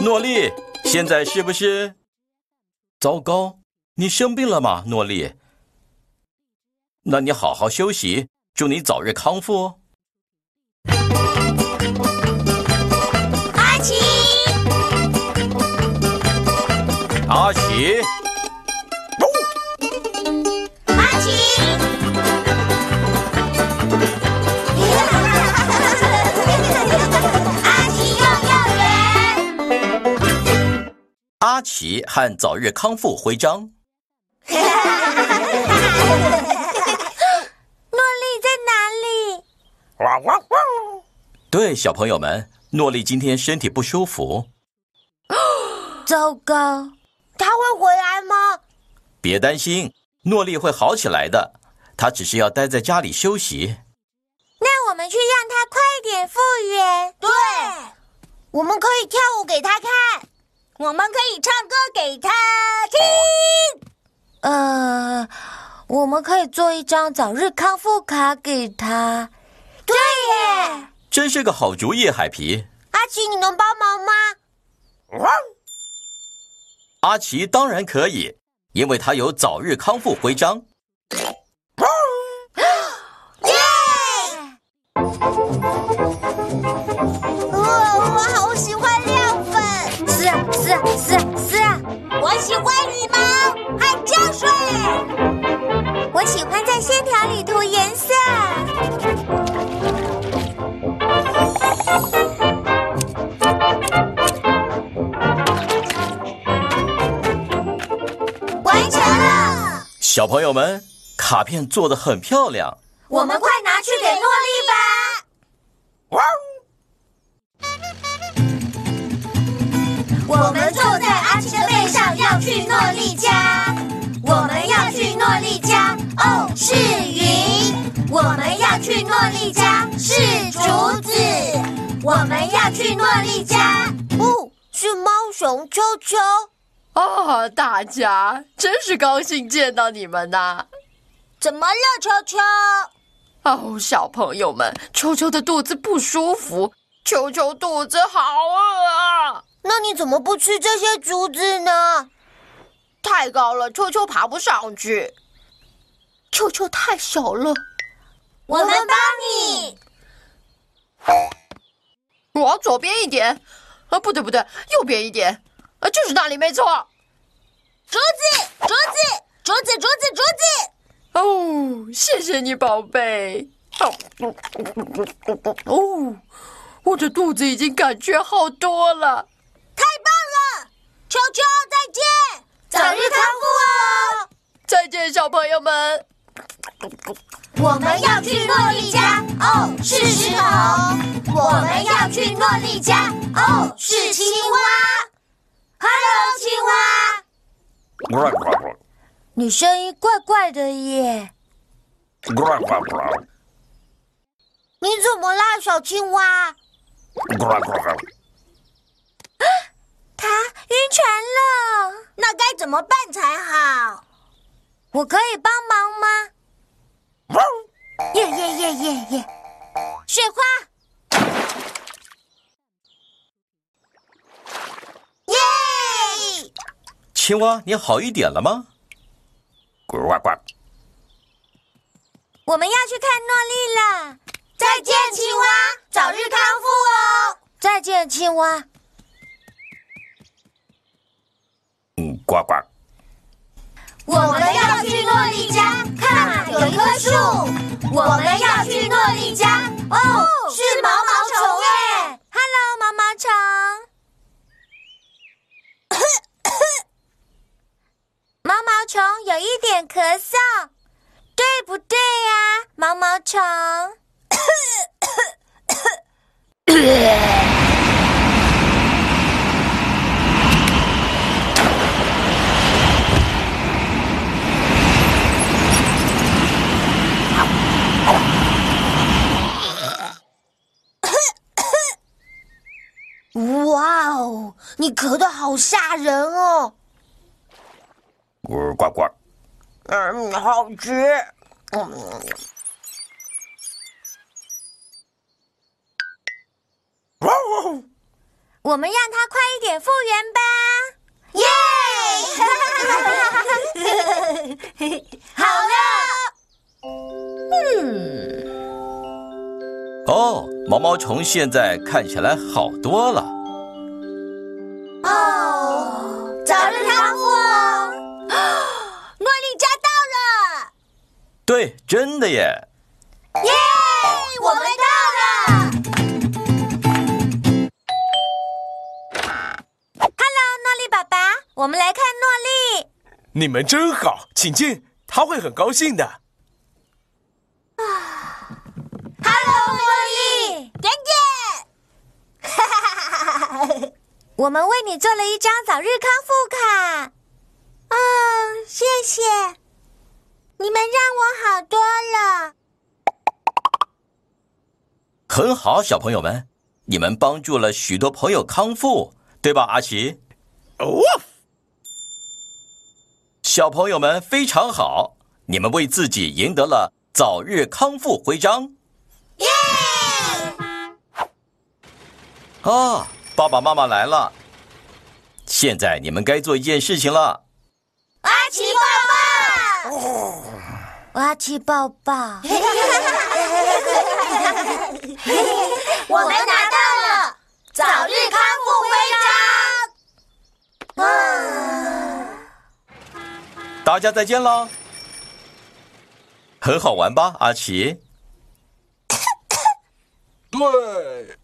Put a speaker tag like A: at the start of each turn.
A: 诺丽，现在是不是？糟糕，你生病了吗，诺丽？那你好好休息，祝你早日康复哦。
B: 阿奇，
A: 阿奇，
B: 阿奇。阿奇幼幼园。
A: 阿奇和早日康复徽章。
B: 诺丽在哪里？
C: 汪汪汪！
A: 对，小朋友们，诺丽今天身体不舒服，
B: 糟糕，她会回来吗？
A: 别担心，诺丽会好起来的。她只是要待在家里休息。
B: 那我们去让她快点复原。对，我们可以跳舞给她看，我们可以唱歌给她听。呃，我们可以做一张早日康复卡给她。对耶，
A: 真是个好主意，海皮。
B: 阿奇，你能帮忙吗？
A: 阿奇当然可以，因为他有早日康复徽章。
B: 耶！哇，我好喜欢亮粉。是啊，是啊，是啊，是啊。我喜欢羽毛和胶水。我喜欢在线条里涂颜色。完成了，
A: 小朋友们，卡片做得很漂亮。
B: 我们快拿去给诺丽吧。我们坐在阿奇的背上，要去诺丽家。我们要去诺丽家，哦，是云。我们要去诺丽家，是竹子。我们要去诺丽家，不是猫熊秋秋。
D: 哦，大家真是高兴见到你们呐！
B: 怎么了，秋秋？
D: 哦，小朋友们，球球的肚子不舒服，球球肚子好饿啊！
B: 那你怎么不吃这些竹子呢？
D: 太高了，球球爬不上去。球球太小了，
B: 我们帮你。
D: 往左边一点。啊，不对不对，右边一点。啊，就是那里没错。
B: 竹子，竹子，竹子，竹子，竹子。
D: 哦，谢谢你，宝贝。哦，我的肚子已经感觉好多了。
B: 太棒了！球球，再见，早日康复哦！
D: 再见，小朋友
B: 哦
D: 们。
B: 我们要去诺丽家，哦，是石头；我们要去诺丽家，哦，是青蛙。Hello，青蛙，
C: 呱呱呱
B: 你声音怪怪的耶，
C: 呱呱呱
B: 你怎么啦，小青蛙？
C: 呱呱呱！
B: 它晕船了，那该怎么办才好？我可以帮忙吗？耶耶耶耶耶！雪花，耶！
A: 青蛙，你好一点了吗？
C: 呱呱呱！
B: 我们要去看诺丽了，再见，青蛙，早日康复哦！再见，青蛙。
C: 嗯，呱呱！
B: 我们要去诺丽家，看有一棵树。我们要去诺丽家，哦，是毛毛虫哎！Hello，毛毛 虫。毛毛虫有一点咳嗽，对不对呀、毛毛虫？哇哦，你咳得好吓人哦！
C: 呱呱呱！
D: 嗯，好吃。
C: 哇
B: 哇
C: 哦！
B: 我们让它快一点复原吧！ 耶！好了，
A: 哦，毛毛虫现在看起来好多了。
B: 哦，早日康复哦！茉莉抓到了，
A: 对，真的耶！
B: 耶！我们到了。Hello，诺丽爸爸，我们来看诺丽。
E: 你们真好，请进，他会很高兴的。
B: Hello，茉莉，点点。我们为你做了一张早日康复卡。哦，谢谢，你们让我好多了。
A: 很好，小朋友们，你们帮助了许多朋友康复，对吧，阿奇？
E: 哦，
A: 小朋友们非常好，你们为自己赢得了早日康复徽章
B: 耶！
A: 啊！爸爸妈妈来了，现在你们该做一件事情了。
B: 阿奇抱抱，阿奇抱抱，我们拿到了早日康复徽章。啊！
A: 大家再见喽！很好玩吧，阿奇？
E: 对，